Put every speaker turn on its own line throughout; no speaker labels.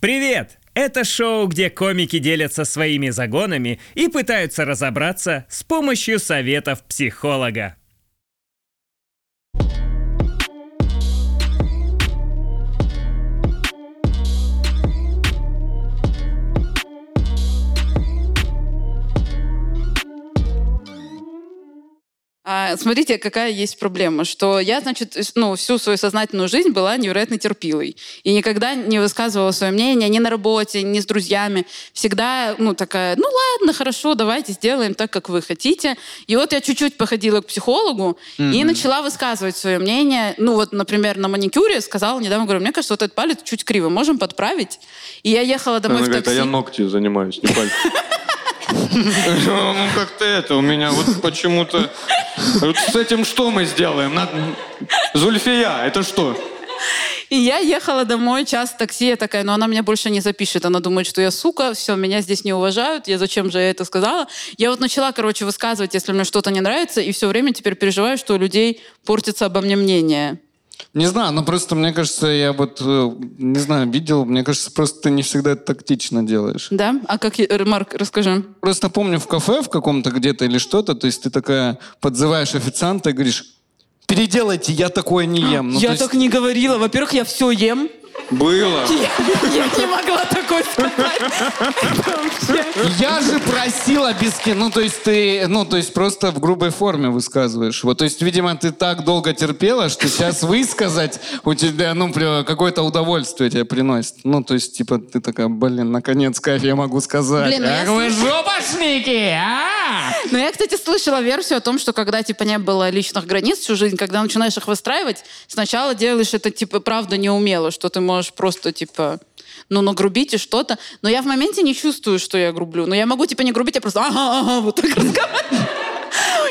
Привет! Это шоу, где комики делятся своими загонами и пытаются разобраться с помощью советов психолога.
А, смотрите, какая есть проблема, что я, значит, ну, всю свою сознательную жизнь была невероятно терпилой и никогда не высказывала свое мнение ни на работе, ни с друзьями. Всегда, ну, такая, ну, ладно, хорошо, давайте сделаем так, как вы хотите. И вот я чуть-чуть походила к психологу mm-hmm. и начала высказывать свое мнение. Ну, вот, например, на маникюре сказала недавно, говорю, мне кажется, вот этот палец чуть криво, можем подправить? И я ехала домой
Она
в
говорит,
такси.
а я ногти занимаюсь, не пальцы. Ну как-то это у меня вот почему-то... Вот с этим что мы сделаем? Надо- Зульфия, это что?
И я ехала домой, час в такси, я такая, но она меня больше не запишет. Она думает, что я сука, все, меня здесь не уважают, я зачем же я это сказала. Я вот начала, короче, высказывать, если мне что-то не нравится, и все время теперь переживаю, что у людей портится обо мне мнение.
Не знаю, но просто мне кажется, я вот, э, не знаю, видел, мне кажется, просто ты не всегда это тактично делаешь.
Да? А как, я- э, Марк, расскажи.
Просто помню в кафе в каком-то где-то или что-то, то есть ты такая подзываешь официанта и говоришь, переделайте, я такое не ем. Ну, то
я
есть-
так не говорила. Во-первых, я все ем.
Было.
Я, я не могла такое сказать. Это вообще.
Я же просила без ки- Ну, то есть ты, ну, то есть просто в грубой форме высказываешь. Вот, то есть, видимо, ты так долго терпела, что сейчас высказать у тебя, ну, пря- какое-то удовольствие тебе приносит. Ну, то есть, типа, ты такая, блин, наконец, кайф, я могу сказать.
Блин, ну я
Ах вы
слышу.
жопошники, а!
Но Ну, я, кстати, слышала версию о том, что когда, типа, не было личных границ всю жизнь, когда начинаешь их выстраивать, сначала делаешь это, типа, правда неумело, что ты можешь просто, типа, ну, нагрубить и что-то. Но я в моменте не чувствую, что я грублю. Но я могу, типа, не грубить, я просто ага, ага, вот так разговариваю.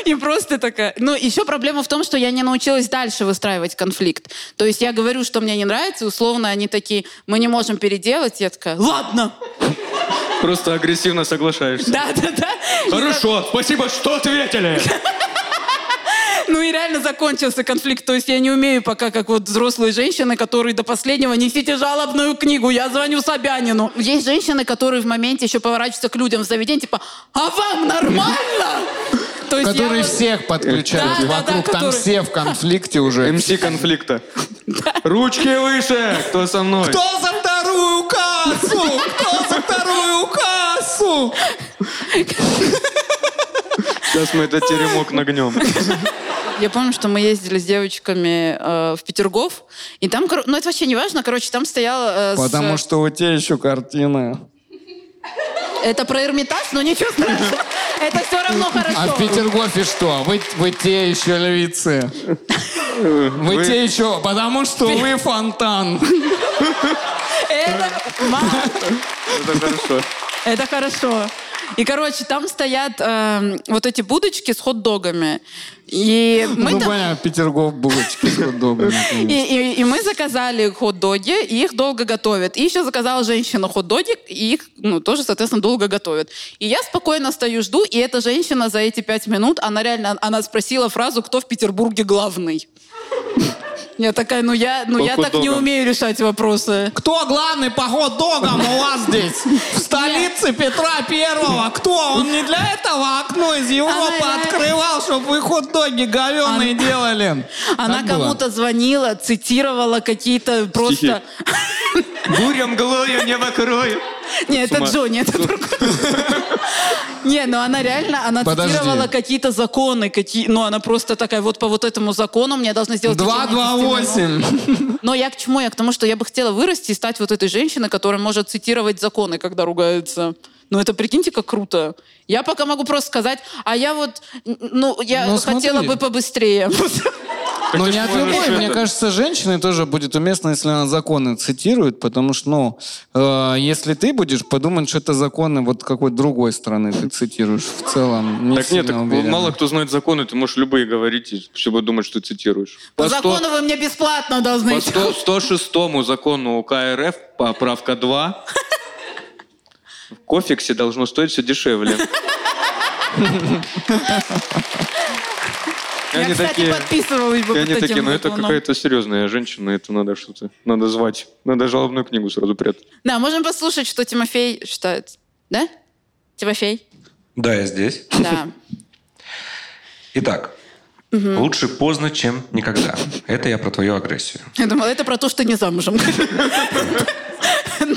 И просто такая. Ну, еще проблема в том, что я не научилась дальше выстраивать конфликт. То есть я говорю, что мне не нравится, и условно они такие, мы не можем переделать. Я такая, ладно,
Просто агрессивно соглашаешься.
да, да, да.
Хорошо, спасибо, что ответили.
Ну и реально закончился конфликт. То есть я не умею пока, как вот взрослые женщины, которые до последнего несите жалобную книгу, я звоню Собянину. Есть женщины, которые в моменте еще поворачиваются к людям в заведении, типа, а вам нормально? То есть я
Которые
вот-
всех подключают
Да, да, да,
вокруг, там
которые-
все в конфликте уже.
МС конфликта. Ручки выше, кто со мной?
Кто за вторую кассу? Кто за вторую кассу?
Сейчас мы этот теремок нагнем.
Я помню, что мы ездили с девочками э, в Петергоф, и там, коро- ну это вообще не важно, короче, там стоял... э, с-
Потому что у тебя еще картина.
Это про Эрмитаж, но ничего страшного. Это все равно хорошо.
А в Петергофе что? Вы, вы те еще львицы. Вы, те еще, потому что вы фонтан.
Это... Мам,
Это хорошо.
Это хорошо. И, короче, там стоят эм, вот эти будочки с хот-догами. И мы,
ну,
там-
понятно, Петергоф булочки с хот-догами,
и,
конечно.
и- и мы заказали хот-доги, и их долго готовят. И еще заказала женщина хот-доги, и их, ну, тоже, соответственно, долго готовят. И я спокойно стою, жду, и эта женщина за эти пять минут, она реально, она спросила фразу, кто в Петербурге главный. Я такая, ну я, ну
По
я так не
хот-догам.
умею решать вопросы.
Кто главный по хот-догам у вас здесь? В столице Петра Первого. Кто? Он не для этого окно из Европы
Она-
открывал, чтобы вы хот-доги говеные делали.
Она
Так было?
кому-то звонила, цитировала какие-то просто...
Бурям голову не покрою.
Не, это
ума.
Джонни, это другой. Не, ну она реально, она
Подожди.
цитировала какие-то законы, какие, ну она просто такая, вот по вот этому закону мне должны сделать...
Два,
течение
два,
системы».
восемь.
Но я к чему? Я к тому, что я бы хотела вырасти и стать вот этой женщиной, которая может цитировать законы, когда ругаются. Ну это прикиньте, как круто. Я пока могу просто сказать, а я вот, н- ну я
Ну,
хотела
смотри.
бы побыстрее.
Ну,
ты
не
ж
от
можешь
любой.
это-
Мне кажется, женщине тоже будет уместно, если она законы цитирует, потому что, ну, э, если ты будешь подумать, что это законы вот какой-то другой страны ты цитируешь в целом. Не
Так нет,
сильно
так
уверен.
мало кто знает законы, ты можешь любые говорить, и все будут думать, что цитируешь.
По
сто-
закону вы мне бесплатно должны.
по сто- 106 закону УК РФ, поправка 2, в кофиксе должно стоить все дешевле.
Я,
Они
кстати,
такие-
подписывалась бы
И
под
они такие,
таким
ну это
бакланом.
какая-то серьезная женщина, это надо что-то, надо звать, надо жалобную книгу сразу прятать.
Да, можем послушать, что Тимофей считает. Да? Тимофей?
Да, я здесь.
Да.
Итак, лучше поздно, чем никогда. Это я про твою агрессию.
Я думала, это про то, что не замужем.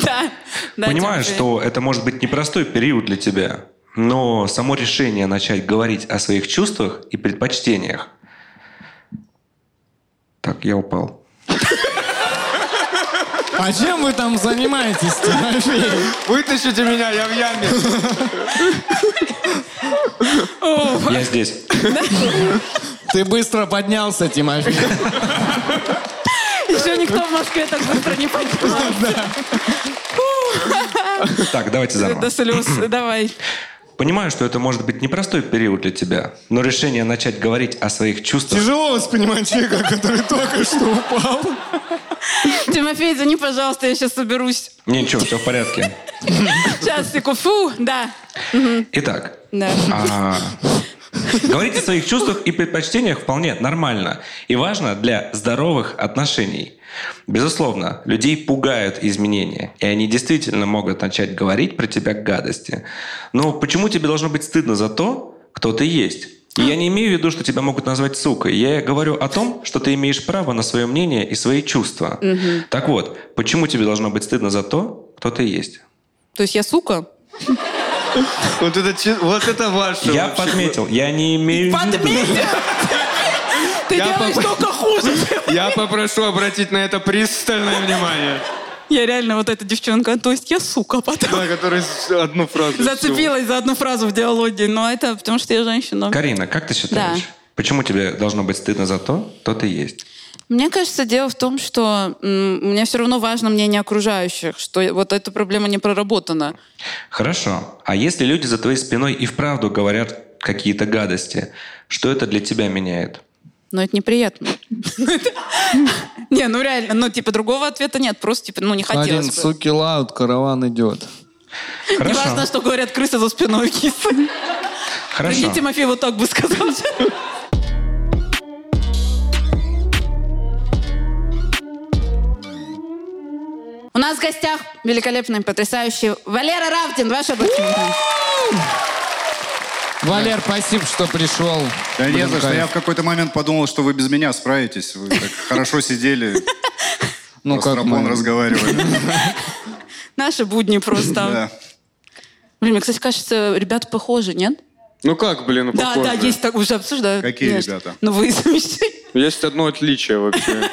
Да. Да,
Понимаю,
Тимофей.
что это может быть непростой период для тебя, но само решение начать говорить о своих чувствах и предпочтениях. Так, я упал.
А чем вы там занимаетесь, Тимофей?
Вытащите меня, я в яме.
Я здесь.
Ты быстро поднялся, Тимофей.
Еще никто в Москве так быстро не поднимался.
Так, давайте заново.
До слез. Давай.
Понимаю, что это может быть непростой период для тебя, но решение начать говорить о своих чувствах
Тяжело воспринимать человека, который только что упал.
Тимофей, извини, пожалуйста, я сейчас соберусь.
Не, ничего, все в порядке.
Сейчас, секунду. Фу, да.
Итак,
Да.
а, говорить о своих чувствах и предпочтениях вполне нормально и важно для здоровых отношений. Безусловно, людей пугают изменения, и они действительно могут начать говорить про тебя гадости. Но почему тебе должно быть стыдно за то, кто ты есть? И я не имею в виду, что тебя могут назвать сукой. Я говорю о том, что ты имеешь право на свое мнение и свои чувства. Так вот, почему тебе должно быть стыдно за то, кто ты есть?
То есть я сука?
Вот это, чи- вот это ваше.
Я
вообще.
подметил, я не имею в виду.
Ты
Я
делаешь только хуже.
Я попрошу обратить на это пристальное внимание.
Я реально вот эта девчонка. То есть я сука потом.
Да, который с- одну фразу.
Зацепилась за одну фразу в диалоге, но это потому что я женщина.
Карина, как ты считаешь?
Да.
Почему тебе должно быть стыдно за то, кто ты есть?
Мне кажется, дело в том, что м, мне все равно важно мнение окружающих, что вот эта проблема не проработана.
Хорошо. А если люди за твоей спиной и вправду говорят какие-то гадости, что это для тебя меняет?
Но это неприятно. Не, ну реально, ну типа другого ответа нет, просто типа, ну не
Один
хотелось бы.
суки лаут, караван идет.
Не
Хорошо.
важно, что говорят крысы за спиной кисы.
Хорошо.
Прикинь, Тимофей вот так бы сказал. У нас в гостях великолепный, потрясающий Валера Равдин. Ваш аплодисменты.
Валер, спасибо, что пришел.
Да не
Блин,
за что.
кайф.
Я в какой-то момент подумал, что вы без меня справитесь. Вы так хорошо сидели,
Ну
с
как
Рапон
мы?
разговаривали.
Наши будни просто.
Да.
Блин, мне, кстати, кажется, ребята похожи, нет?
Ну как, блин,
Да,
похоже.
да, есть так, уже обсуждают.
Какие
Конечно.
ребята?
Ну вы смешные.
Есть одно отличие вообще.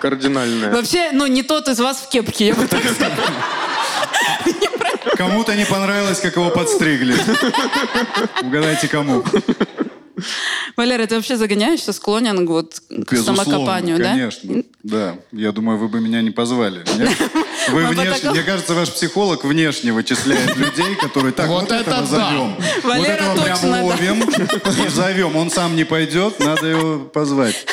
Кардинальное.
Вообще, ну не тот из вас в кепке, я бы так сказала.
Кому-то не понравилось, как его подстригли. Угадайте, кому.
Валера, ты вообще загоняешься, склонен вот к самокопанию, да?
конечно. Да. Я думаю, вы бы меня не позвали. Нет? Вы
Мы бы
внеш-
такого-
Мне кажется, ваш психолог внешне вычисляет людей, которые так,
Вот
вот,
это да.
этого назовем. Вот
Валера
этого
точно, да.
прямо ловим и зовем. Он сам не пойдет, надо его позвать.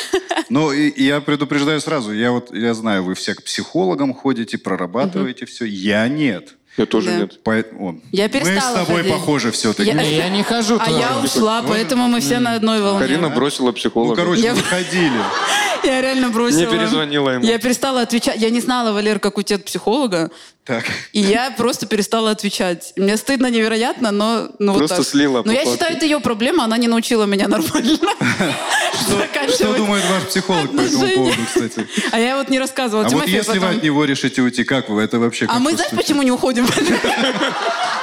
Но и- и я предупреждаю сразу, я вот я знаю, вы все к психологам ходите, прорабатываете все. Я нет.
Я тоже
Да.
нет.
По- он.
Я
Мы
перестала
с тобой
ходить.
похожи все-таки.
Я-
Не, я не хожу
А я
тоже.
ушла, поэтому мы все на одной волне.
Карина бросила
Ну,
психолога.
короче,
Я-
мы ходили.
Я реально бросила.
Не перезвонила ему.
Я перестала отвечать. Я не знала, Валер, как у тебя психолога.
Так.
И я просто перестала отвечать. Мне стыдно невероятно, но... Ну,
Просто
вот так.
слила
Но
по
я
факту.
считаю, это ее проблема. Она не научила меня нормально.
Что
заканчивать
Ну, думает ваш психолог по этому
отношения.
поводу, кстати?
А я вот не рассказывала.
А вот
Тимофей
если вы
потом-
от него решите уйти, как вы? Это вообще
А
как
мы,
вы
знаешь,
считаете?
почему не уходим?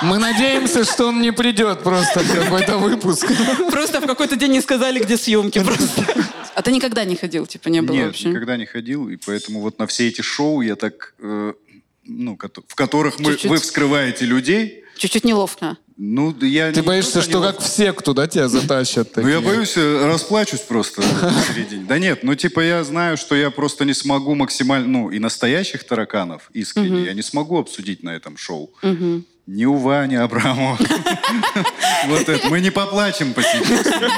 Мы надеемся, что он не придет просто в какой-то выпуск.
Просто в какой-то день не сказали, где съемки просто. А ты никогда не ходил, типа, не было
Нет,
вообще?
никогда не ходил, и поэтому вот на все эти шоу я так... э, ну, кото- в которых мы,
Чуть-чуть.
вы вскрываете людей.
Чуть-чуть неловко.
Ну, да я...
Ты
не
боишься,
просто
что
не
как в секту, да, тебя затащат?
Ну, я
такие?
боюсь, э, расплачусь просто посередине. Да нет, ну, типа, я знаю, что я просто не смогу максимально... Ну, и настоящих тараканов искренне я не смогу обсудить на этом шоу. Ни у Вани Абрамова. Вот это. Мы не поплачем по себе.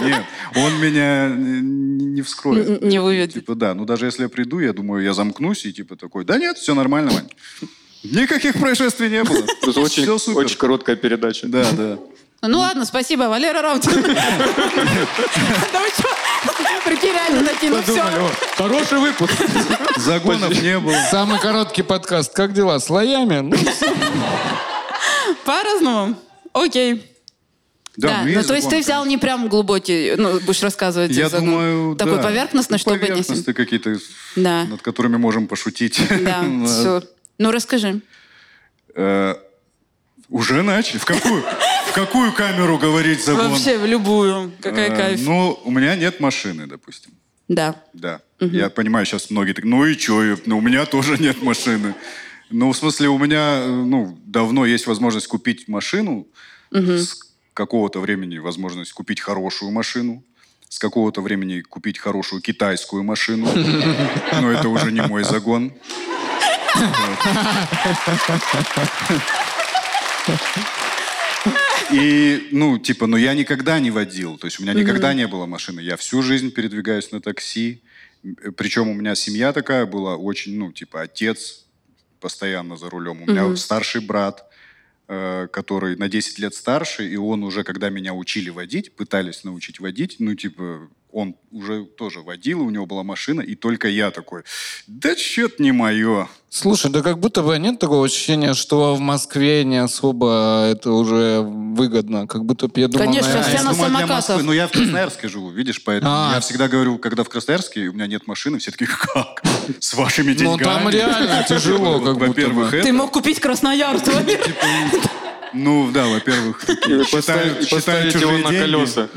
Нет, он меня э, не вскроет.
Н- не выведет.
Типа, да, ну даже если я приду, я думаю, я замкнусь и типа такой, да нет, все нормально, Вань. Никаких происшествий не было.
Тут очень,
Все супер.
очень короткая передача.
Да, да.
Ну ладно, спасибо, Валера Равтин. Да вы что? Прикинь, реально такие, ну все.
Подумали, о,
Хороший выпуск.
загонов не было.
Самый короткий подкаст. Как дела? Слоями? Ну,
По-разному. Окей. Да,
мы
ну то есть ты
загон,
взял не прям глубокий, ну, будешь рассказывать.
Я
из-за, ну,
думаю,
Такой
да.
поверхностный, чтобы не...
Поверхностные какие-то,
Да,
над которыми можем пошутить.
да,
Ладно.
все. Ну расскажи.
Э, Уже начали. В какую? В какую камеру говорить загон?
Вообще, в любую. Какая
Э,
кайф.
Ну, у меня нет машины, допустим.
Да.
Да. Я понимаю, сейчас многие так, ну и чё, ну, у меня тоже нет машины. Ну, в смысле, у меня, э, ну, давно есть возможность купить машину. С какого-то времени возможность купить хорошую машину. С какого-то времени купить хорошую китайскую машину. Но это уже не мой загон. И, ну, типа, ну я никогда не водил. То есть у меня никогда не было машины. Я всю жизнь передвигаюсь на такси. М, Причем у меня семья такая была очень, ну, типа, отец постоянно за рулем. У меня старший брат, э, который на 10 лет старше, и он уже, когда меня учили водить, пытались научить водить, ну, типа, он уже тоже водил, и у него была машина, и только я такой, да чё-то не мое.
Слушай, да как будто бы нет такого ощущения, что в Москве не особо это уже выгодно. Как будто бы я думал...
Конечно,
наверное,
все
Я
на
думаю, для
самокатах.
Москвы. Ну, я в Красноярске живу, видишь, поэтому
А.
я всегда говорю, когда в Красноярске у меня нет машины, все такие, как? С вашими
Ну,
деньгами?
там реально тяжело, как будто бы.
Во-первых, это...
Ты мог купить Красноярск. Валера.
Ну, да, во-первых,
И
такие, считают
поставить-
считают
поставить его
чужие
на
деньги.
колеса.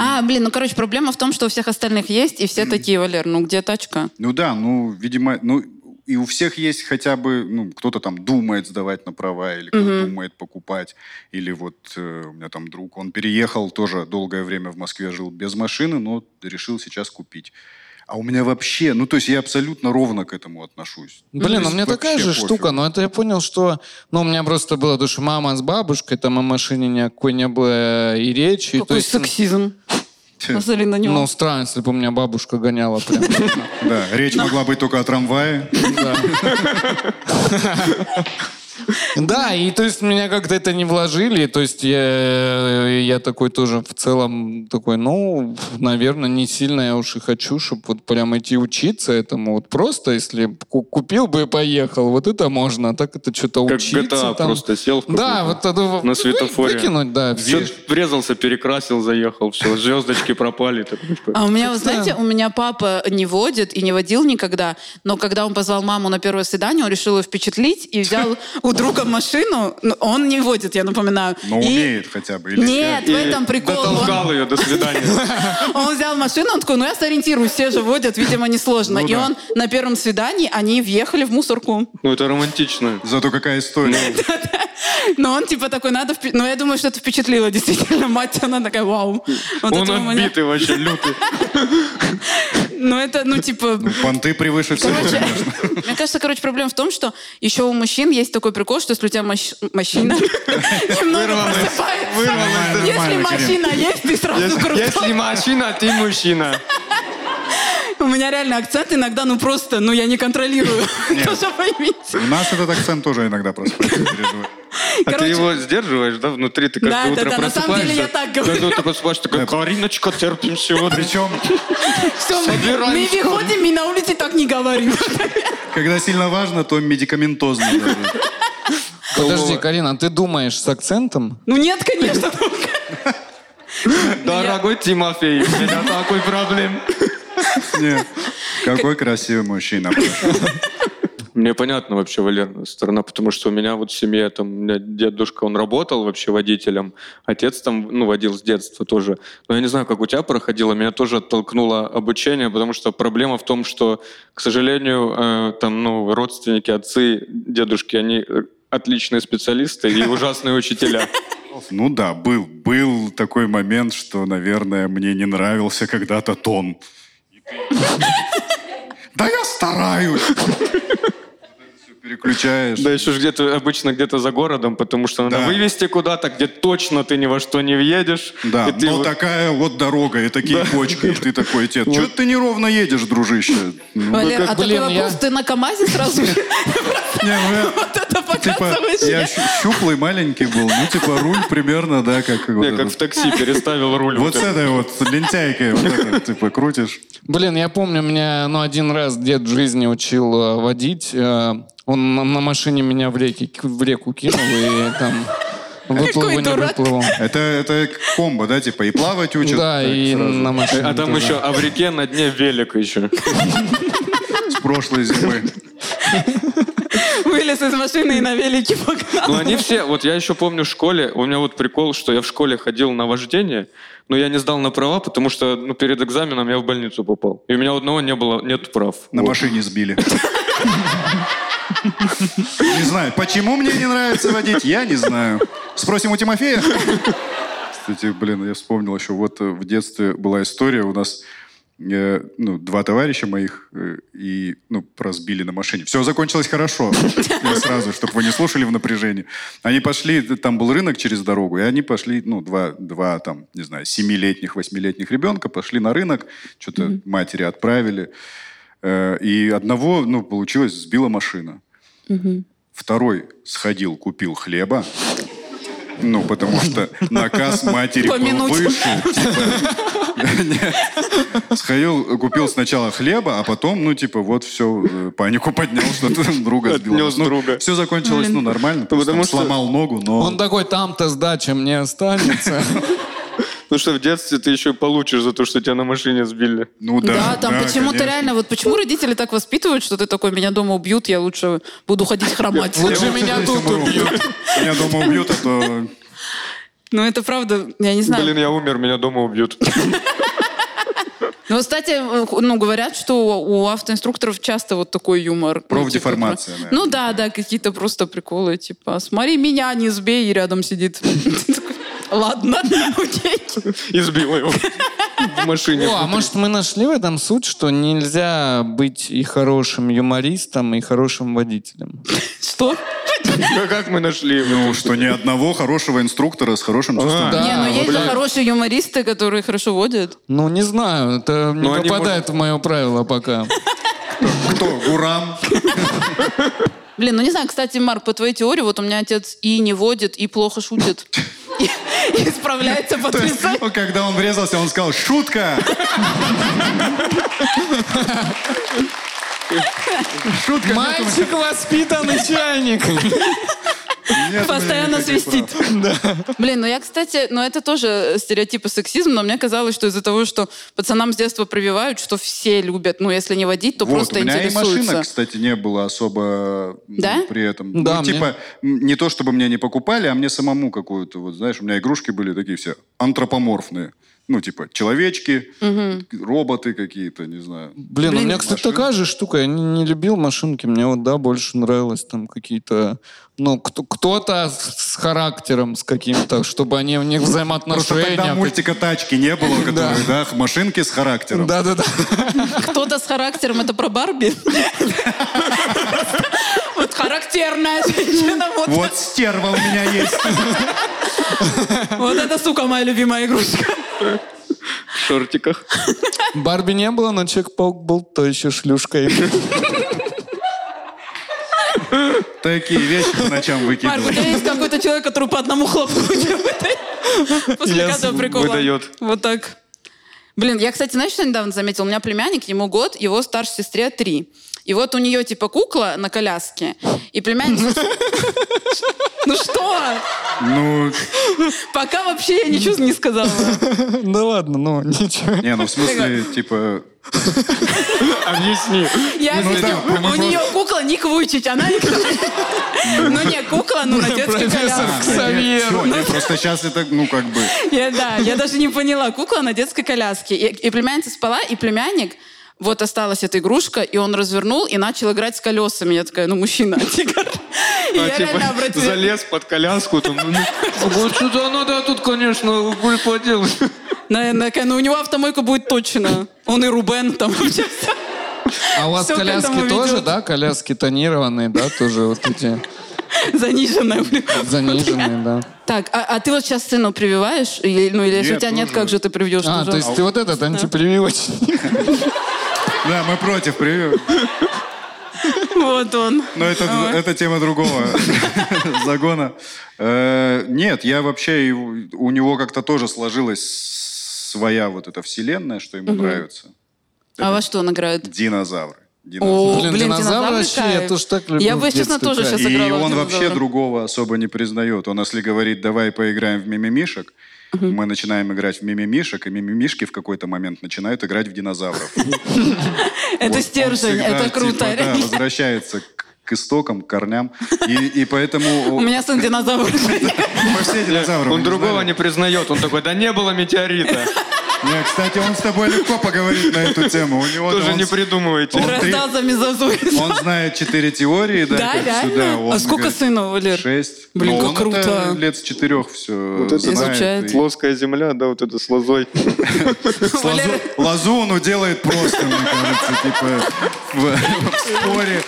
А, блин, ну короче, проблема в том, что у всех остальных есть, и все такие, Валер, ну где тачка?
Ну да, ну, видимо, ну, и у всех есть хотя бы, ну, кто-то там думает сдавать на права, или кто-то думает покупать, или вот э, у меня там друг, он переехал тоже долгое время в Москве, жил без машины, но решил сейчас купить. А у меня вообще, ну, то есть я абсолютно ровно к этому отношусь. То
Ну, Блин, у
есть
меня такая
вообще
же
пофиг.
штука, но это я понял, что... Ну, у меня просто было, потому что мама с бабушкой, там о машине никакой не было и речи. то
Какой
ну,
есть,
сексизм. Посмотри на него.
ну, странно, если бы у меня бабушка гоняла прям.
Да, речь могла быть только о трамвае.
Да, и то есть меня как-то это не вложили, то есть я, я такой тоже в целом такой, ну, наверное, не сильно я уж и хочу, чтобы вот прям идти учиться этому. Вот просто, если б ку- купил бы и поехал, вот это можно, а так это что-то
Как
учиться.
GTA
там.
просто сел в
Да,
какую-то-
вот тогда вы-
на светофоре.
Выкинуть, да. всё.
Ве- Врезался, перекрасил, заехал, все, звездочки пропали. такой, типа,
А у меня, вы знаете, у меня папа не водит и не водил никогда, но когда он позвал маму на первое свидание, он решил ее впечатлить и взял у друга машину. Ну, Он не водит, я напоминаю.
Но
И-
умеет хотя бы. или-
Нет, в
и
этом прикол. Он-
Дотолкал ее, до свидания.
Он взял машину, он такой, ну я сориентируюсь, все же водят, видимо, несложно.
Ну
И
да.
он на первом свидании, они въехали в мусорку.
Ну, это романтично.
Зато какая история.
Но он типа такой, надо... впе- Ну я думаю, что это впечатлило действительно. Мать, она такая, вау. Вот
Он
это у меня-
отбитый вообще, лютый.
Ну это, ну типа...
Понты превыше всего.
Короче, мне кажется, короче, проблема в том, что еще у мужчин есть такой прикол, что если у тебя мощ- мужчина немного просыпается,
вырвалось,
если
нормально, Кирилл.
мужчина есть, ты сразу
Если
крутой.
мужчина, а ты мужчина.
У меня реально акцент иногда, ну просто, ну я не контролирую. Тоже поймите.
У нас этот акцент тоже иногда просыпается. не переживай.
А ты
Короче,
его сдерживаешь, да, внутри? Ты
Да,
каждое
да,
утро
да, на
просыпаешься.
самом деле я так говорю.
Каждое утро просыпаешься,
Э,
такая, Кариночка, терпим сегодня.
Причем,
Все, мы мы выходим и на улице так не говорим.
когда сильно важно, то медикаментозно. даже.
Подожди, Карина, а ты думаешь с акцентом?
Ну нет, конечно. только.
Дорогой Тимофей, у меня такой проблем.
Нет. Какой красивый мужчина.
Мне понятно вообще Валерная сторона, потому что у меня вот в семье, там, у меня дедушка, он работал вообще водителем, отец там, ну, водил с детства тоже. Но я не знаю, как у тебя проходило, меня тоже оттолкнуло обучение, потому что проблема в том, что, к сожалению, э, там, ну, родственники, отцы, дедушки, они э, отличные специалисты и ужасные учителя.
Ну да, был, был такой момент, что, наверное, мне не нравился когда-то тон. Да я стараюсь. переключаешь.
Да, еще ж где-то обычно где-то за городом, потому что надо
Да.
вывести куда-то, где точно ты ни во что не въедешь.
Да, ну
и ты
но
вот-
такая вот дорога и такие кочки. И ты такой, тет, что ты неровно едешь, дружище? Ну,
Валер,
как,
а такой
блин,
вопрос,
я-
ты на КамАЗе сразу же
не, ну, я-
вот это
Типа,
показываешь?
я
Я-
щу- щуплый маленький был, ну, типа, руль примерно, да, как вот
Не, как
этот.
в такси переставил руль.
Вот с этой вот лентяйкой, вот это, типа, крутишь.
Блин, я помню, меня, ну, один раз дед в жизни учил э, водить. э, Он на, на машине меня в, реке, ки- в реку кинул и там выплыву,
Какой
не
дурак.
выплыву.
Это, это комбо, да, типа, и плавать учат.
Да,
так,
и
сразу,
на машине.
А там
тоже.
еще, а в реке на дне велик еще.
С прошлой зимы.
Вылез из машины и на велике погнал.
Ну, они все, вот я еще помню в школе, у меня вот прикол, что я в школе ходил на вождение, но я не сдал на права, потому что ну, перед экзаменом я в больницу попал. И у меня у одного не было, нет прав.
На
Вот.
машине сбили. Не знаю, почему мне не нравится водить, я не знаю. Спросим у Тимофея. Кстати, блин, я вспомнил еще, вот э, в детстве была история, у нас э, ну, два товарища моих э, и, ну, разбили на машине. Все закончилось хорошо. Я сразу, чтобы вы не слушали в напряжении. Они пошли, там был рынок через дорогу, и они пошли, ну, два, два там, не знаю, семилетних, восьмилетних ребенка пошли на рынок, что-то матери отправили. Э, И одного, ну, получилось, сбила машина. Второй сходил, купил хлеба. Ну, потому что наказ матери был
Помянуть.
выше. типа. Нет. Сходил, купил сначала хлеба, а потом, ну, типа, вот все, панику поднял, что ты там друга сбил.
Отнёс друга.
Все закончилось, ну, нормально.
Потому
Потому что
что-
сломал ногу, но...
Он такой, там-то сдача мне останется.
Ну что, в детстве ты еще и получишь за то, что тебя на машине сбили.
Ну, да,
Да, там
да,
почему-то
конечно.
реально, вот почему родители так воспитывают, что ты такой, меня дома убьют, я лучше буду ходить хромать.
Лучше
Я вот
меня
здесь
тут
умру.
убьют.
Меня дома убьют, а то...
Ну, это правда, я не знаю.
Блин, я умер, меня дома убьют.
Ну, кстати, э, ну, говорят, что у у автоинструкторов часто вот такой юмор. Ну,
Профдеформация,
типа,
наверное.
Ну, да, да, какие-то просто приколы, типа, смотри меня, не сбей, и рядом сидит. Ладно, окей.
Избил его в машине.
О, а может мы нашли в этом суть, что нельзя быть и хорошим юмористом, и хорошим водителем?
Что?
А как мы нашли его?
Ну, что ни одного хорошего инструктора с хорошим чувством.
Да,
Не, ну есть же
блин.
хорошие юмористы, которые хорошо водят.
Ну, не знаю, это
Ну,
не
они,
попадает в мое правило пока.
Кто? Гурам?
Блин, ну не знаю, кстати, Марк, по твоей теории, вот у меня отец и не водит, и плохо шутит. И и справляется
То есть,
потрясающе.
он, когда он врезался, он сказал «Шутка!» Шутка, нет,
Мальчик воспитанный чайник.
у меня
Постоянно
никаких
свистит.
прав.
Блин, ну я, кстати, ну это тоже стереотипы сексизм, но мне казалось, что из-за того, что пацанам с детства прививают, что все любят, ну если не водить, то
Вот,
просто
у меня и
интересуются.
машина, кстати, не было особо м,
Да?
при этом.
Да,
ну,
мне-
типа, м, не то, чтобы мне не покупали, а мне самому какую-то, вот знаешь, у меня игрушки были такие все антропоморфные. Ну, типа, человечки, роботы какие-то, не знаю.
Блин, у меня, кстати,
машина.
такая же штука. Я не, не любил машинки. Мне вот, да, больше нравилось там какие-то... Ну, кто- кто-то с с характером, с каким-то, чтобы они у них
Просто
взаимоотношения...
тогда мультика «Тачки» не было, которые, да, машинки с характером.
Да-да-да.
Кто-то с характером, это про Барби? Вот характерная женщина, вот-
Вот стерва у меня есть.
вот это, сука, моя любимая игрушка.
В шортиках.
Барби не было, но Человек-паук был то еще шлюшкой.
Такие вещи по ночам
Марк, у тебя
выкидывают.
есть какой-то человек, который по одному хлопку тебя выдает? После
Я
каждого
с-
прикола.
выдает.
Вот так. Блин, я, кстати, знаешь, что недавно заметил? У меня племянник, ему год, его старшей сестре три. И вот у нее типа кукла на коляске, и племянник... Ну что?
Ну,
Пока вообще я ничего не сказала.
Да ладно, ну, ничего.
не, ну в смысле, типа...
Объясни.
Я
Ну
объясню.
да, по-моему,
У нее кукла Ник Вуйчич, она Ник Ну не, кукла, ну на детской
Профессор
коляске.
Ксавьер.
А, Всё, нет, просто сейчас это, ну, как бы...
Я, да, я даже не поняла. Кукла на детской коляске. И, и племянница спала, и племянник... Вот осталась эта игрушка, и он развернул и начал играть с колесами. Я такая, ну, мужчина, тигр. И
А,
я
типа,
реально обратилась.
А, типа, залез под коляску. Там, ну, вот сюда надо, а тут, конечно, хуй поделать.
На- на- такая, Ну, у него автомойка будет точно. Он и Рубен там вообще всё.
А у вас
Всё к
коляски
этому
тоже,
ведёт.
да? Коляски тонированные, да, тоже вот эти
Заниженная. блин.
заниженные, да.
Так, а, а ты вот сейчас сыну прививаешь? Или, ну, или если
Нет,
у тебя нет,
тоже.
как же ты привьешь?
А,
тоже?
то есть ты вот этот антипрививочник.
Да, мы против прививок.
Вот он.
Но это,
А.
это тема другого загона. Э, Нет, я вообще, и у у него как-то тоже сложилась своя вот эта вселенная, что ему нравится.
А во что он играет?
Динозавры. Динозавры.
О,
Блин,
блин,
динозавры
динозавры
вообще,
кайф.
я тоже так люблю
Я бы,
в детстве
честно, тоже
кайф.
сейчас
И
играла в
он вообще
динозавра.
другого особо не признает. Он, если говорит, давай поиграем в мимимишек, мы начинаем играть в мимимишек, и мимимишки в какой-то момент начинают играть в динозавров.
Это
Вот он
стержень,
всегда,
это
типа,
круто.
да,
реально.
возвращается к к истокам, к корням. И, и поэтому...
У меня сын динозавр.
Мы все динозавры. вы
Он другого
знали?
не признает. Он такой, да не было метеорита.
Не, кстати, он с тобой легко поговорит на эту тему. У него
Тоже
он,
не придумывайте.
он три-
Раздался мезозоид.
он знает четыре теории, да?
Да,
как
реально?
всегда. Он
А сколько
говорит,
сыну, Валер?
Шесть.
Блин,
Ну,
как
он
круто.
это лет с четырех все
Вот это
Изучает.
знает. и
Плоская земля, да, вот это с лозой.
с лазу-
Валер-
Лазуну делает просто, мне кажется, типа в, в споре.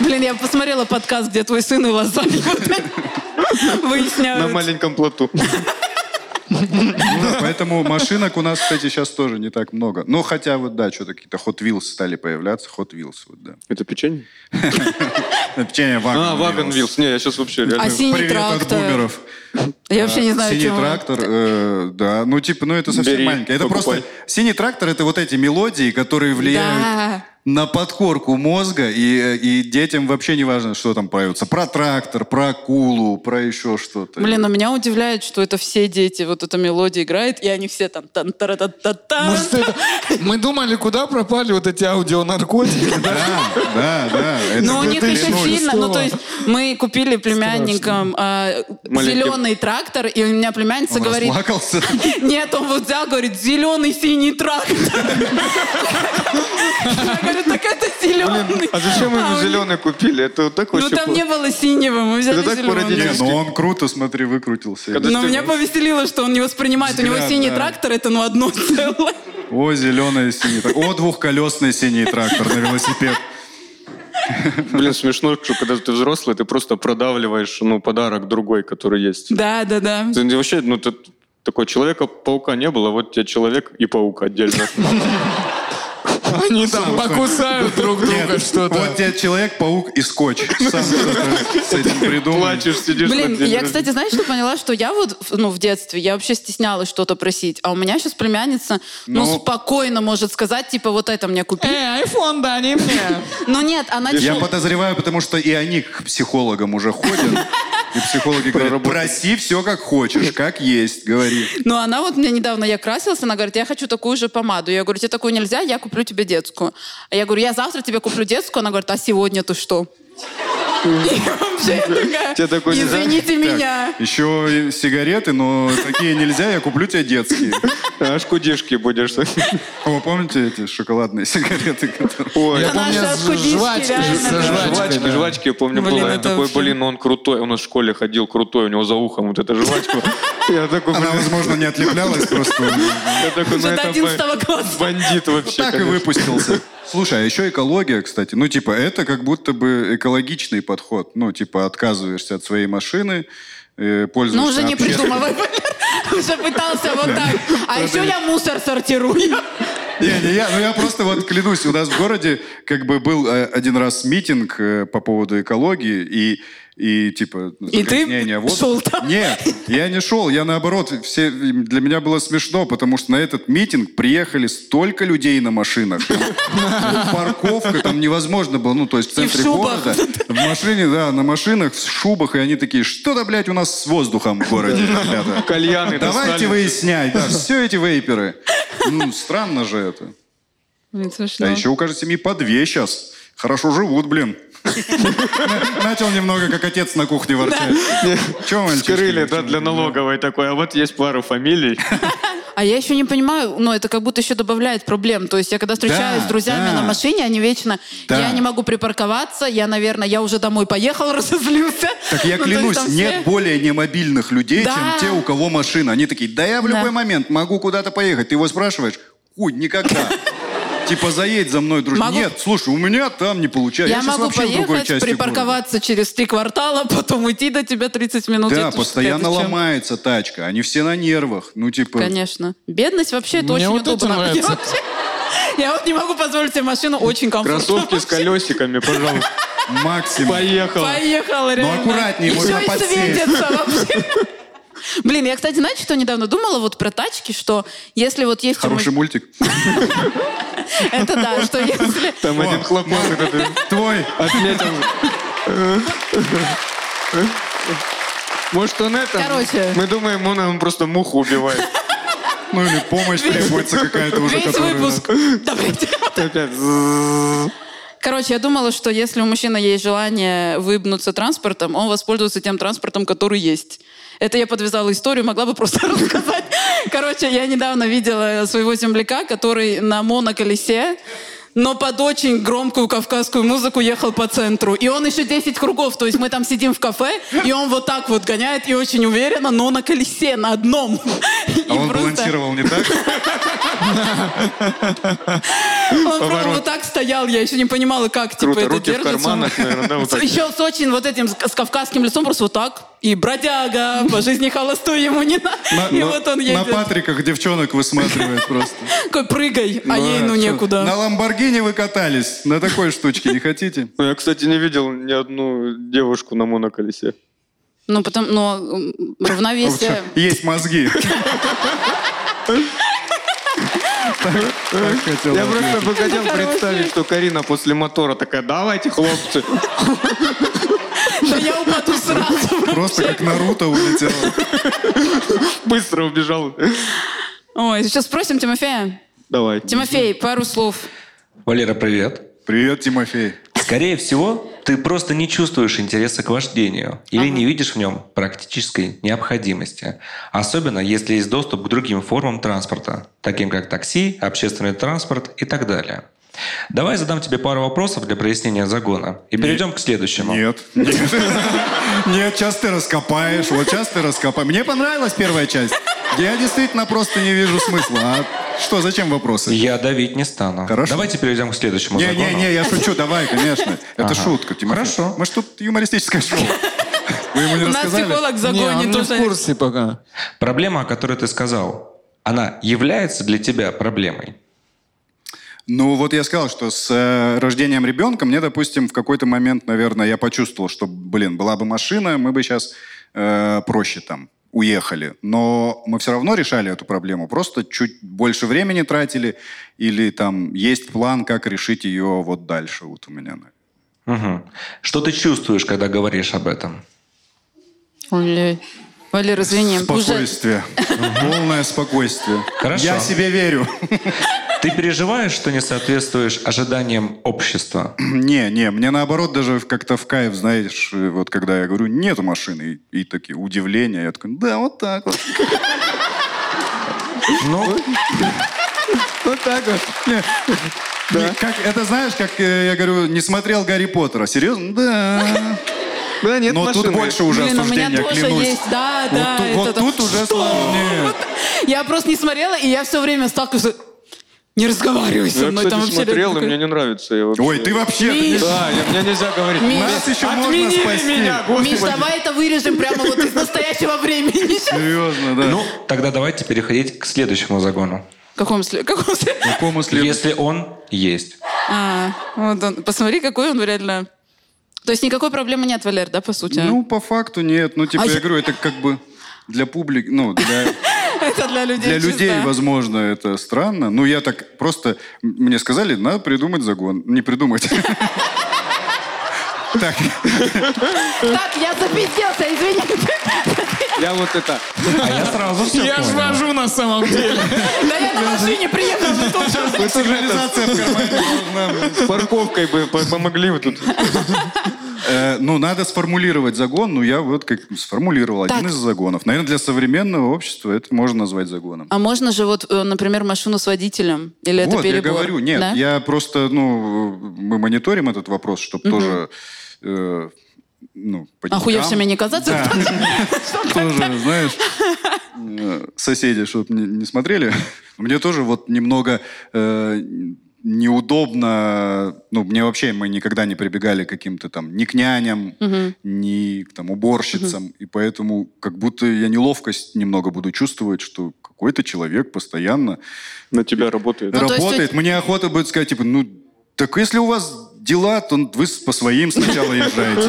Блин, я посмотрела подкаст, где твой сын и лазань. Вот это
На
Выясняют.
маленьком плоту.
Ну да, поэтому машинок у нас, кстати, сейчас тоже не так много. Ну, хотя вот, да, что-то какие-то Hot Wheels стали появляться. Hot Wheels, вот, да.
Это печенье?
Напечение Wagon
А, Вагон
Wheels.
Вилс. Не, я сейчас вообще реально...
А синий
Привет от
трактор.
бумеров.
Я вообще не знаю,
Синий
чем.
трактор, э, да, ну типа, ну это совсем
Бери,
маленькое. Это
покупай.
просто синий трактор это вот эти мелодии, которые влияют
Да.
на подкорку мозга и э, и детям вообще не важно, что там поется. Про трактор, про акулу, про еще что-то.
Блин, а меня удивляет, что это все дети, вот эта мелодия играет, и они все там тан та та та та
Может, это- Мы думали, куда пропали вот эти аудионаркотики, да?
Да, да, да. это
Но у
вот
них
это
еще
Ленор.
сильно, ну то есть мы купили племянникам а,
Маленький.
зеленый трактор, и у меня племянница
Он
говорит,
расплакался.
Нет, он вот взял, говорит, зеленый синий трактор. Я говорю, так это зеленый.
А зачем
А
ему
у
зеленый купили? Это вот так
Ну
вообще...
там
плохо.
не было синего, мы взяли
Это так
Не,
зеленый.
породили.
ну он круто, смотри, выкрутился.
Когда-
Но меня повеселило, что он не воспринимает. У него
Взгляд,
синий
да.
трактор, это ну одно целое.
О, зеленый синий трактор. О, двухколесный синий трактор на велосипед.
Блин, смешно, что когда ты взрослый, ты просто продавливаешь ну, подарок другой, который есть.
Да, да, да.
Ты не- вообще, ну, ты такой человека-паука не было, вот тебе человек и паук отдельно.
Они там покусают друг друга
Ну, Нет,
что-то.
Вот тебе человек-паук и скотч. Сам что-то с этим придумал.
Плачешь, сидишь
Блин,
на день
я,
рождения.
кстати, знаешь, что поняла, что я вот, в- ну, в детстве, я вообще стеснялась что-то просить, а у меня сейчас племянница, ну,
Ну.
спокойно может сказать, типа, вот это мне купи.
Эй, айфон, Э, да, не мне.
Но нет, она...
Я
типа,
подозреваю, потому что и они к психологам уже ходят. И психологи говорят, проси все как хочешь, как есть, говори.
Ну, она вот мне недавно, я красилась, она говорит, я хочу такую же помаду. Я говорю, тебе такую нельзя, я куплю тебе детскую. А я говорю, я завтра тебе куплю детскую. Она говорит, а сегодня ты что? И вообще я такая,
Тебе такой нельзя?
извините меня.
Еще сигареты, но такие нельзя, я куплю тебе детские.
а Аж кудишки будешь.
О, помните эти шоколадные сигареты? которые-
Ой.
Я
Да
помню,
наша
с
кудишки,
жвачкой,
реально,
со
да.
жвачкой.
Жвачки,
да.
жвачки, я помню,
Блин,
было. Я
это
такой,
вообще-
блин, он крутой. У нас в школе ходил крутой, у него за ухом вот эта жвачка. Я такой,
Она,
блин,
возможно, не отлеплялась просто.
я такой, ну
Уже до
это
11
бан-
класса.
бандит вообще.
Так и
конечно.
выпустился. Слушай, а еще экология, кстати. Ну, типа, это как будто бы экологичный подход. Ну, типа, отказываешься от своей машины, э, пользуешься
Ну, уже не
общественным-
придумывай. Уже пытался вот так. А еще я мусор сортирую.
Не, не я, ну я просто вот клянусь, у нас в городе как бы был э, один раз митинг э, по поводу экологии и и типа
И ты
загрязнения воздуха.
шел там?
Нет, я не шел, я наоборот. Все для меня было смешно, потому что на этот митинг приехали столько людей на машинах, парковка там невозможно было, ну то есть в
И в
центре
шубах.
города, в машине, да, на машинах в шубах и они такие, что-то блядь у нас с воздухом в городе, ребята.
Кальяны
Давайте
достали.
выяснять, да, все эти вейперы. Ну, странно же это.
Блин, смешно.
А еще у каждой семьи по две сейчас. Хорошо живут, блин. Начал немного, как отец на кухне ворчать. Че, мальчишки?
Скрыли, да, для налоговой такой. А вот есть пару фамилий.
А я еще не понимаю, но это как будто еще добавляет проблем. То есть я когда встречаюсь
Да,
с друзьями
да.
на машине, они вечно,
Да.
я не могу припарковаться, я, наверное, я уже домой поехал, разозлился.
Так я
Ну, то есть
клянусь,
там все-
нет более немобильных людей,
Да.
чем те, у кого машина. Они такие, да я в
Да.
любой момент могу куда-то поехать. Ты его спрашиваешь? Хуй, никогда. Типа заедь за мной, дружище.
Могу-
Нет, слушай, у меня там не получается.
Я,
щас
могу
вообще в другой
поехать,
части города».
припарковаться через три квартала, потом уйти до тебя 30 минут.
Да,
Это ж
постоянно
это чем?
ломается тачка. Они все на нервах. Ну, типа...
Конечно. Бедность вообще это
Мне
очень
вот это
удобно.
нравится.
Я, вообще- я вот не могу позволить себе машину, очень комфортно.
Кроссовки с колесиками, пожалуйста.
Максимум.
Поехал.
Поехала, реально.
Ну, аккуратнее,
Еще
можно
и
подсесть.
светится вообще. Блин, я, кстати, знаете, что недавно думала вот про тачки, что если вот есть... у
Хороший
мужч-
мультик.
Это да, что если...
Там один хлопок этот, э,
Твой.
отметил.
Может, он это?
Короче.
Мы думаем, он нам просто муху убивает.
Ну, или помощь требуется какая-то уже.
Весь
которую-
выпуск. Давайте.
Опять.
Короче, я думала, что если у мужчины есть желание выебнуться транспортом, он воспользуется тем транспортом, который есть. Это я подвязала историю, могла бы просто рассказать. Короче, я недавно видела своего земляка, который на моноколесе, но под очень громкую кавказскую музыку ехал по центру. И он еще 10 кругов, то есть мы там сидим в кафе, и он вот так вот гоняет, и очень уверенно, но на колесе, на одном. И
А он
просто-
балансировал не так?
Он просто вот так стоял, я еще не понимала, как типа
Круто,
это
руки в
держится.
карманах, наверное, да, вот так.
Еще с очень вот этим с с кавказским лицом просто вот так. И бродяга, по жизни холостую ему не надо.
На-
И
на-
вот он
На
едет.
патриках девчонок высматривает просто.
Такой прыгай, а ей
а
ну
чё? На
некуда.
Ламборгини вы катались? На такой штучке не хотите?
Ну, я, кстати, не видел ни одну девушку на моноколесе.
Ну, потому, но м, равновесие...
Есть мозги. Так- так хотел
Я
ответить.
просто бы хотел
хороший.
представить, что Карина после мотора такая, давайте, хлопцы.
Да я упаду сразу.
Просто как Наруто улетела.
Быстро убежал.
Ой, сейчас спросим Тимофея.
Давай.
Тимофей, пару слов.
Валера, привет.
Привет, Тимофей.
Скорее всего, ты просто не чувствуешь интереса к вождению или не видишь в нем практической необходимости. Особенно, если есть доступ к другим формам транспорта, таким как такси, общественный транспорт и так далее. Давай задам тебе пару вопросов для прояснения загона и перейдем к
А.
следующему.
Нет. Нет, Нет, сейчас ты раскопаешь. Вот сейчас ты раскопаешь. Мне понравилась первая часть. Я действительно просто не вижу смысла. А что, зачем вопросы?
Я давить не стану.
Хорошо.
Давайте перейдем к следующему
Не,
загону.
не, не, я шучу, давай, конечно. Это шутка, Тимофей.
Хорошо.
Мы ж тут юмористическое шоу. Вы ему не ну,
У нас
рассказали?
психолог
Не, он
загонит
не а в
уже.
курсе пока.
Проблема, о которой ты сказал, она является для тебя проблемой?
Ну, вот я сказал, что с э, рождением ребенка мне, допустим, в какой-то момент, наверное, я почувствовал, что, блин, была бы машина, мы бы сейчас проще там уехали. Но мы все равно решали эту проблему, просто чуть больше времени тратили, или там есть план, как решить ее вот дальше вот у меня.
Мгм. Что ты чувствуешь, когда говоришь об этом?
Ой, Валер, извини. Уже
Спокойствие. Полное спокойствие.
Хорошо.
Я себе верю.
Ты переживаешь, что не соответствуешь ожиданиям общества?
Не, не, мне наоборот даже как-то в кайф, знаешь, э, вот когда я говорю, нету машины, и, и такие удивления, я такой, да, вот так вот.
Ну,
Вот так вот.
Не, как- это знаешь, как э, я говорю, не смотрел Гарри Поттера, серьезно? Да.
Да, нет
Но тут
машины.
больше уже
Блин, у меня
осуждения,
тоже
клянусь.
есть, да,
Вот
да.
ту-
это
вот
там,
тут уже
«Что?»
сложнее.
Вот. Я просто не смотрела, и я все время сталкиваюсь, что не разговаривай со
Я,
мной. там
кстати,
вообще
смотрел, и
такой,
мне не нравится. я вообще- А,
Ой, ты вообще... ты не-
Миш,
Да, я- мне нельзя говорить.
Миш,
Нас еще можно
Отменили
спасти.
меня, господи.
Миш, давай это вырежем прямо вот из настоящего времени.
Серьезно, да.
ну, тогда давайте переходить к следующему загону.
Каком сле- Каком сле-
Какому следу-
Если он есть.
А, вот он. Посмотри, какой он реально... То есть никакой проблемы нет, Валер, да, по сути?
Ну, по факту нет. Ну, типа,
А
я
я-
говорю, это как бы для публики, ну, для...
это для людей
Для
чисто.
людей, возможно, это странно. Ну, я так просто... м- Мне сказали, надо придумать загон. Не придумать. Так,
Так, я запиздился, извините.
Я вот это.
А я сразу все
Я ж вожу на самом деле.
Да я на машине приехал, тут уже
Вот уже это
сигнализация в кармане должна быть.
С парковкой бы по- помогли вот тут.
Э, Ну, надо сформулировать загон. Ну, я вот как сформулировал один
Так.
из загонов. Наверное, для современного общества это можно назвать загоном.
А можно же вот, э, например, машину с водителем? Или это
вот, я
перебор?
говорю, нет,
Да?
я просто, ну, мы мониторим этот вопрос, чтобы тоже, э, ну, по деньгам.
Охуевшими не казаться?
Да. тоже, знаешь, э, соседи, чтобы не, не смотрели. Мне тоже вот немного э, неудобно, ну, мне вообще, мы никогда не прибегали к каким-то там ни к няням, ни к там уборщицам, и поэтому как будто я неловкость немного буду чувствовать, что какой-то человек постоянно
На тебя работает.
Ну, то есть
работает. Мне охота будет сказать, типа, ну, так если у вас дела, то вы с- по своим сначала езжайте.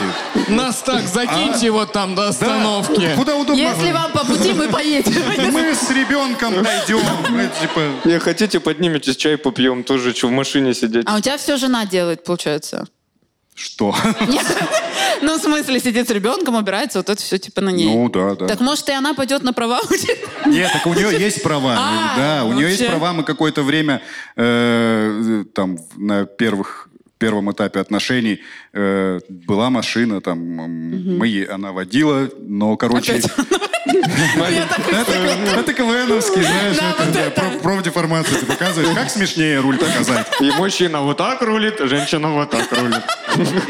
Нас так, закиньте его там до
А? Да,
остановки.
Куда удобно.
Если вам по пути, мы поедем.
Мы с ребенком найдем. Мы, типа,
Не хотите, подниметесь, чай попьем тоже, что в машине сидеть.
А у тебя все жена делает, получается.
Что?
Нет. Ну, в смысле, сидит с ребенком, убирается, вот это все типа на ней.
Ну, да, да.
Так может, и она пойдет на права учить?
Нет, так у нее есть права.
А,
да, у
ну
нее есть
вообще.
права. Мы какое-то время э, там в- на первых первом этапе отношений э, была машина, там м, мы, е- она водила, но, короче,
Опять Я так и
это, это КВНовский, знаешь,
Да,
это,
вот
да,
это.
про- профдеформацию ты показываешь, как смешнее руль показать.
И мужчина вот так рулит, а женщина вот так рулит.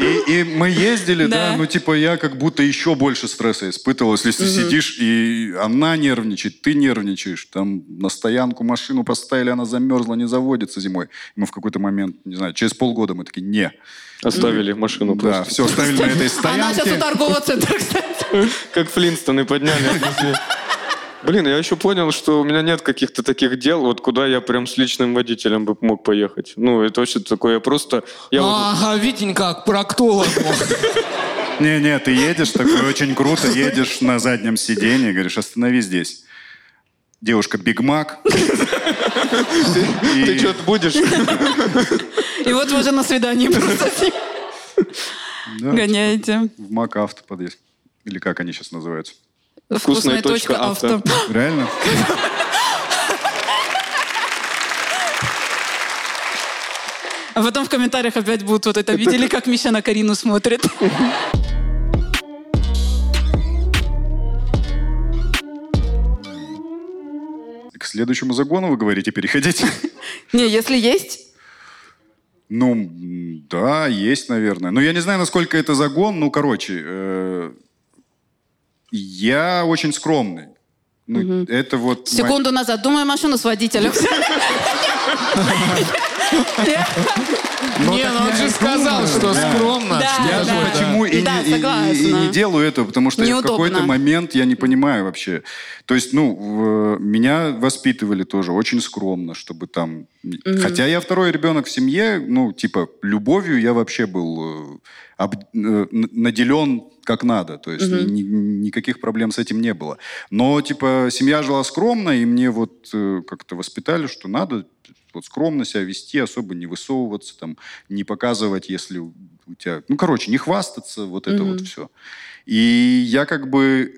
И, и мы ездили, да.
Да.
ну типа я как будто еще больше стресса испытывал, если ты сидишь и она нервничает, ты нервничаешь, там на стоянку машину поставили, она замерзла, не заводится зимой. И мы в какой-то момент, не знаю, через полгода мы такие, не,
Оставили машину Ну,
да,
просто.
все, оставили на этой
Она сейчас у
стоянке.
торгового центра, кстати.
Как Флинстоны подняли. отнесли. Блин, я еще понял, что у меня нет каких-то таких дел, вот куда я прям с личным водителем бы мог поехать. Ну, это вообще такое, я просто... Я
А.
вот-
Ага, Витенька, к проктологу.
Не-не, ты едешь такой, очень круто, едешь на заднем сиденье, говоришь, останови здесь. Девушка Биг Мак.
Ты что-то будешь?
И вот вы уже на свидании просто с ним гоняете.
В Мак Авто подъезд. Или как они сейчас называются?
Вкусная
точка
точка авто.
Реально?
А потом в комментариях опять будут вот это видели, как Миша на Карину смотрит.
К следующему загону вы говорите переходите.
Не, если есть,
Ну, м, да, есть, наверное. Но я не знаю, насколько это загон. Ну, короче, э, я очень скромный. Ну, Это вот... мо-
секунду назад думаю машину с водителем.
Не, ну он же сказал, что скромно.
Да,
что
да.
Я же
такое.
почему и,
Да,
не, и- и- и
согласна.
не делаю это, потому что я в
Неудобно.
какой-то момент я не понимаю вообще. То есть, ну, в- меня воспитывали тоже очень скромно, чтобы там... Хотя я второй ребенок в семье, ну, типа, любовью я вообще был э, об- э, н- наделен как надо. То есть ни- ни- никаких проблем с этим не было. Но, типа, семья жила скромно, и мне вот э, как-то воспитали, что надо вот скромно себя вести, особо не высовываться, там, не показывать, если у у тебя... Ну, короче, не хвастаться, вот это вот все. И я как бы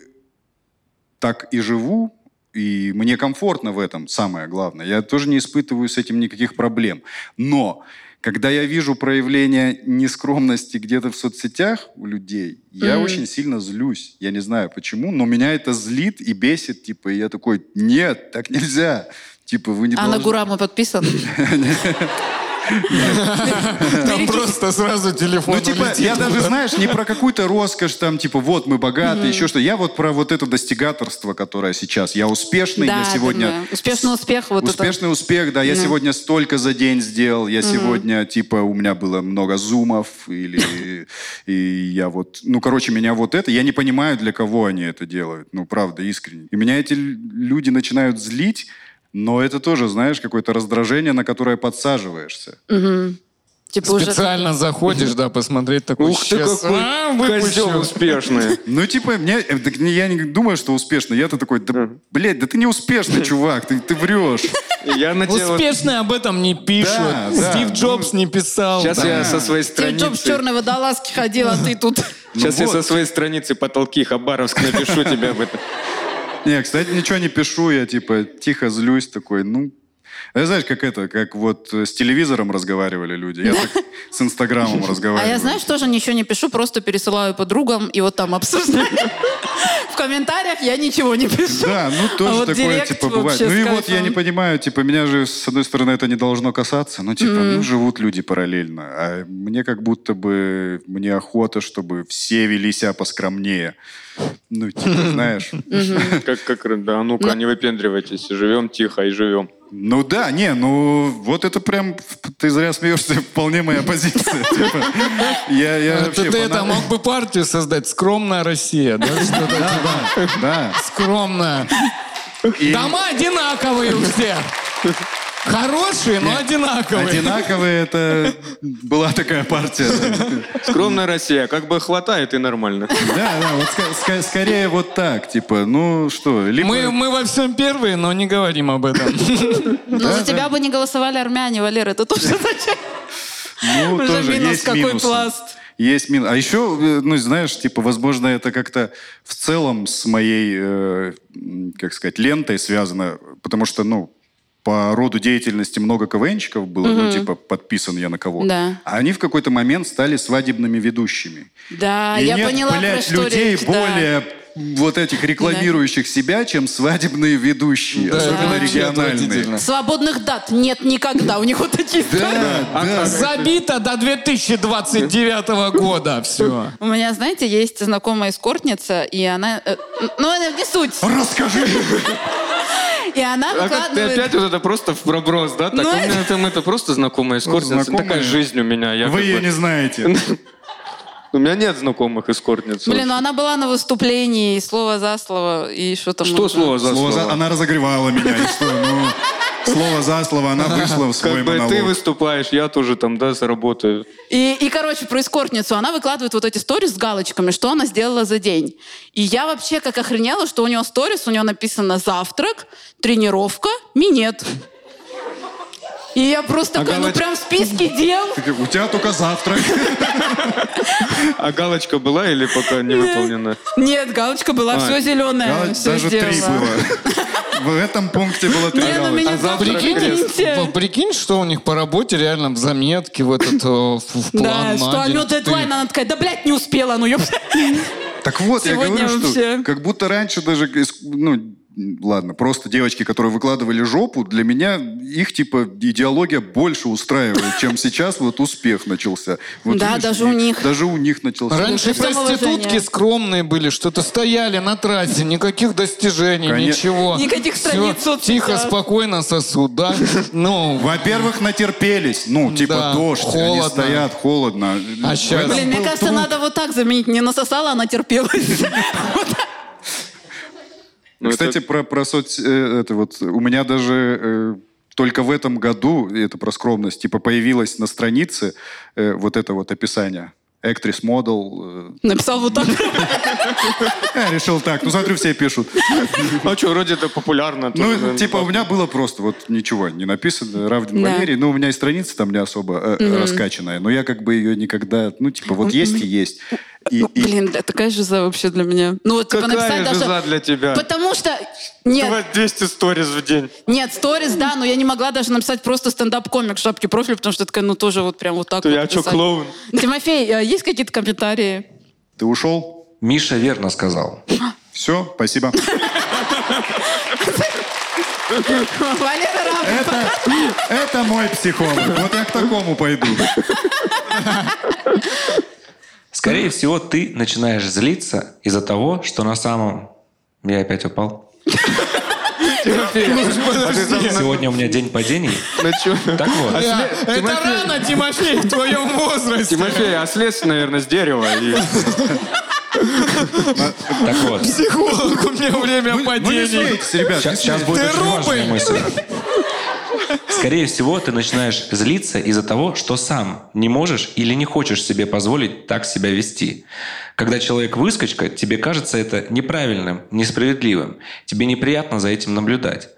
так и живу, и мне комфортно в этом, самое главное. Я тоже не испытываю с этим никаких проблем. Но когда я вижу проявление нескромности где-то в соцсетях у людей, я
Мгм.
очень сильно злюсь. Я не знаю почему, но меня это злит и бесит. Типа, и я такой, нет, так нельзя. Типа, вы не
А на
должны-
Гурама подписан?
Там просто сразу телефон
Ну, типа,
улетит.
я даже, знаешь, не про какую-то роскошь, там, типа, вот мы богаты, еще что. Я вот про вот это достигаторство, которое сейчас. Я успешный,
Да,
я сегодня...
понимаю. Успешный успех, вот это.
Успешный успех, да. Я сегодня столько за день сделал, я сегодня, типа, у меня было много зумов, или... И я вот... Ну, короче, меня вот это... Я не понимаю, для кого они это делают. Ну, правда, искренне. И меня эти лю- люди начинают злить, но это тоже, знаешь, какое-то раздражение, на которое подсаживаешься.
Типа уже...
Специально заходишь, да, посмотреть такой
Ух ты,
щас.
какой
А, выпущу.
козел успешный.
Ну, типа, мне, э, так не- я не думаю, что успешно. Я-то такой, да, блядь, да ты не успешный, чувак, ты, ты врешь.
И Я на тебя... вот-
Успешные об этом не пишут.
Да, да.
Стив Джобс не писал.
Сейчас
Да.
я со своей
Стив Джобс в
страницы...
черной водолазке ходил, а ты тут...
Сейчас
Ну
я
вот.
со своей страницы потолки Хабаровск напишу тебе об этом.
Не, кстати, ничего не пишу, я, типа, тихо злюсь такой, ну... Э, Знаешь, как это, как вот э, с телевизором разговаривали люди, я так с Инстаграмом
А
разговариваю.
я, знаешь, тоже ничего не пишу, просто пересылаю подругам, и вот там обсуждаем. В комментариях я ничего не пишу.
Да, ну
А
тоже
вот
такое,
директ
типа,
вообще
бывает. Ну
с
и вот я
кайфом.
не понимаю, типа, меня же, с одной стороны, это не должно касаться, ну, типа, ну, живут люди параллельно, а мне как будто бы, мне охота, чтобы все вели себя поскромнее. Ну, типа, знаешь,
а Как, как, да, ну-ка, не выпендривайтесь. Живем тихо и живем.
Ну да, не, ну вот это прям, ты зря смеешься, вполне моя позиция. Типа, Я, я
Это
вообще
ты это
фанат.
мог бы партию создать. Скромная Россия, да? Что-то типа.
Да.
Скромная.
И
Дома одинаковые у всех. Хорошие, но одинаковые.
Одинаковые это была такая партия.
Скромная Россия, как бы хватает и нормально.
Да, да, вот ска- ска- скорее вот так, типа, ну что, либо...
Мы, мы во всем первые, но не говорим об этом.
Но Ну, за тебя бы не голосовали армяне, Валера, это тоже означает.
Ну,
Уже
тоже
минус
есть
какой
минусы.
пласт.
Есть минус. А еще, э, ну, знаешь, типа, возможно, это как-то в целом с моей, э, м, как сказать, лентой связано, потому что, ну, по роду деятельности много КВНщиков было, ну, типа, подписан я на кого.
Да.
А они в какой-то момент стали свадебными ведущими.
Да,
И
А, я
нет,
поняла, про
блядь,
что
людей
речь. да.
более вот этих рекламирующих себя, чем свадебные ведущие, особенно
это вообще
региональные.
отвратительно.
Свободных дат нет никогда, у них вот такие истории.
Да,
а
да.
Забито до 2029 года. Все.
У меня, знаете, есть знакомая эскортница, и она... э, ну, она не суть.
Расскажи!
И она
А как ты
выкладывает...
опять вот это просто в проброс, да? Так
Ну,
у меня там это просто знакомая эскортница.
знакомая.
Такая жизнь у меня. Я
Вы
как
ее
бы-
не знаете.
У меня нет знакомых эскортниц.
Блин, ну она была на выступлении, и слово за слово, и что там...
Что слово за
Слово
слово?
за- Она разогревала меня, и что, ну, слово за слово, она вышла в свой
Как бы
монолог.
ты выступаешь, я тоже там, да, заработаю.
И, и, короче, про эскортницу. Она выкладывает вот эти сторис с галочками, что она сделала за день. И я вообще как охренела, что у нее сторис, у нее написано «завтрак», «тренировка», «минет». И я просто такая, ну
галочка-
прям в списке дел.
У тебя только завтра.
А галочка была или пока не выполнена?
Нет, галочка
А,
была, все зеленое,
Галочек
все
Даже три
сделала.
было. В этом пункте было три
Не, ну
галочки.
меня так
Прикинь,
прикиньте.
А прикинь, что у них по работе реально в заметке в этот э, в, в
Да,
план
что
на
а
день.
мед дедлайн, она такая, да, блядь, не успела, ну ёп.
А, Так вот, я
Сегодня
говорю,
вообще.
что как будто раньше даже, из- ну, ладно, просто девочки, которые выкладывали жопу, для меня их, типа, идеология больше устраивает, чем сейчас вот успех начался. Вот
Да,
видишь,
даже у
и-
них.
Даже у них начался.
При
Раньше
всем
проститутки
уважении.
скромные были, что-то стояли на трассе, никаких достижений,
Конечно.
ничего.
Никаких страниц в
Всё,
соцсетях.
Тихо, спокойно сосуд, да? Ну,
Во-первых, натерпелись. Ну, типа
Да,
дождь, они
холодно.
стоят, холодно. Э,
А щас-
В этом
Блин, мне
был
кажется,
труд.
надо вот так заменить. Не насосала, она терпелась. Вот так.
Ну,
Кстати,
это-
про, про соц... э, это вот, у меня даже э, только в этом году, и это про скромность, типа появилось на странице э, вот это вот описание. Actress model. э.
Написал вот так.
Я решил так, ну смотрю, все пишут.
А что, вроде это популярно. тоже,
Ну,
наверное,
типа, у
пап-
меня было просто вот ничего не написано, Равдин
Да.
Валерий, но у меня и страница там не особо э, э, раскачанная, но я как бы ее никогда, ну, типа, вот есть и есть. И- и-
Блин, да, такая жиза вообще для меня. Ну вот, типа,
Какая
написать
же за
даже...
для тебя?
Потому что... Нет,
Давай 200 сториз в день.
нет, сторис, да, но я не могла даже написать просто стендап-комик в шапке профиля, потому что такая, ну тоже вот прям вот так
Ты,
вот
а чё,
писать.
клоун?
Тимофей, а есть какие-то комментарии?
Ты ушел?
Миша верно сказал.
Все, спасибо.
Валера Равлин.
Это, это мой психолог. Вот я к такому пойду.
Скорее всего, ты начинаешь злиться из-за того, что на самом... Я опять упал.
Э,
Сегодня у меня день падений.
Ну
На чё?
Так вот.
бля, это
Тимофей.
рано, Тимофей, в твоем возрасте.
Тимофей, а слез, наверное, с дерева. и-
Так вот.
Психолог, у меня время
Ну не
падений.
ссоритесь, ребят.
Сейчас, будет
Ты
очень важная
рубль!
мысль. Скорее всего, ты начинаешь злиться из-за того, что сам не можешь или не хочешь себе позволить так себя вести. Когда человек выскочка, тебе кажется это неправильным, несправедливым. Тебе неприятно за этим наблюдать.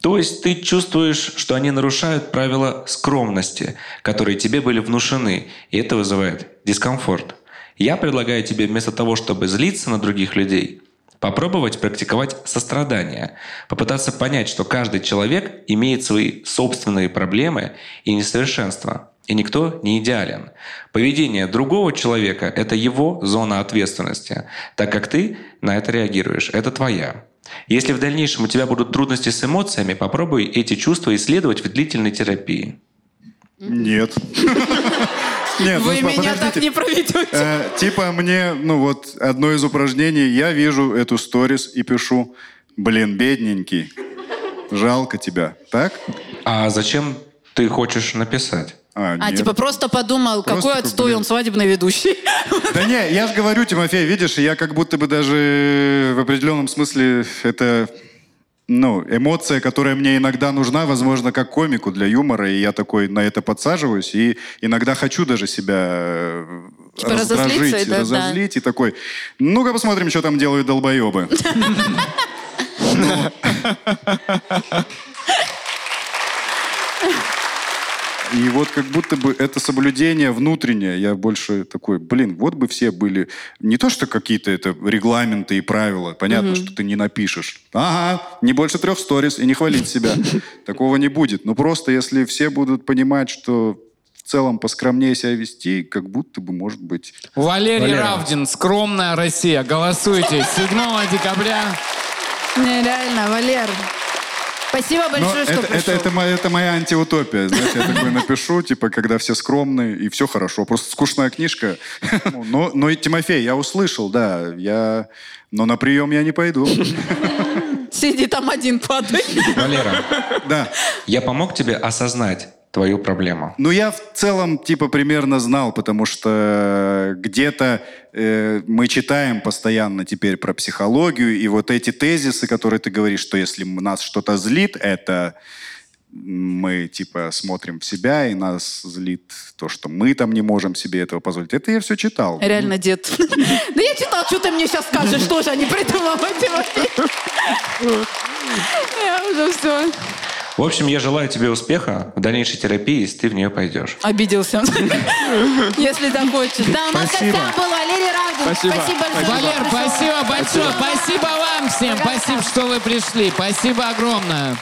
То есть ты чувствуешь, что они нарушают правила скромности, которые тебе были внушены, и это вызывает дискомфорт. Я предлагаю тебе вместо того, чтобы злиться на других людей, попробовать практиковать сострадание, попытаться понять, что каждый человек имеет свои собственные проблемы и несовершенства, и никто не идеален. Поведение другого человека – это его зона ответственности, так как ты на это реагируешь, это твоя. Если в дальнейшем у тебя будут трудности с эмоциями, попробуй эти чувства исследовать в длительной терапии.
Нет. Нет,
Вы
ну,
меня так
подождите.
не проведете.
Э, Типа мне, ну вот, одно из упражнений, я вижу эту сторис и пишу, блин, бедненький. Жалко тебя, так?
А зачем ты хочешь написать?
А,
нет.
типа просто подумал,
Просто
какой
как,
отстой
блин.
он свадебный ведущий.
Да не, я же говорю, Тимофей, видишь, я как будто бы даже э, в определенном смысле это ну, эмоция, которая мне иногда нужна, возможно, как комику для юмора, и я такой на это подсаживаюсь, и иногда хочу даже себя э,
Типа разозлиться,
раздражить,
да, да.
разозлить, и такой, ну-ка посмотрим, что там делают долбоебы. И вот как будто бы это соблюдение внутреннее, я больше такой, блин, вот бы все были, не то что какие-то это регламенты и правила, понятно, что ты не напишешь. Ага, не больше трех сторис и не хвалить себя. Такого не будет. Но просто если все будут понимать, что в целом поскромнее себя вести, как будто бы, может быть...
Валерий Равдин, «Скромная Россия». Голосуйте 7 декабря.
Не, реально, Валер. Спасибо
Но
большое, что
это, это, это
пришел.
моя, это моя антиутопия. Знаешь, я такое напишу, типа, когда все скромные, и все хорошо. Просто скучная книжка. Но, но и Тимофей, я услышал, да. Я... Но на прием я не пойду.
Сиди там один, падай.
Валера,
Да.
я помог тебе осознать твою проблему.
Ну, я в целом, типа, примерно знал, потому что где-то э, мы читаем постоянно теперь про психологию, и вот эти тезисы, которые ты говоришь, что если м- нас что-то злит, это мы, типа, смотрим в себя, и нас злит то, что мы там не можем себе этого позволить. Это я все читал.
Реально, дед. Да я читал, что ты мне сейчас скажешь, что же они придумала Тимофей. Я уже все.
В общем, я желаю тебе успеха в дальнейшей терапии, если ты в нее пойдешь.
Обиделся. Если захочешь. Да, у нас
Спасибо.
гостям был Валерий Радин.
Спасибо.
большое. что
Валер,
пришел.
спасибо большое. Спасибо вам всем.
Пожалуйста.
Спасибо, что вы пришли. Спасибо огромное.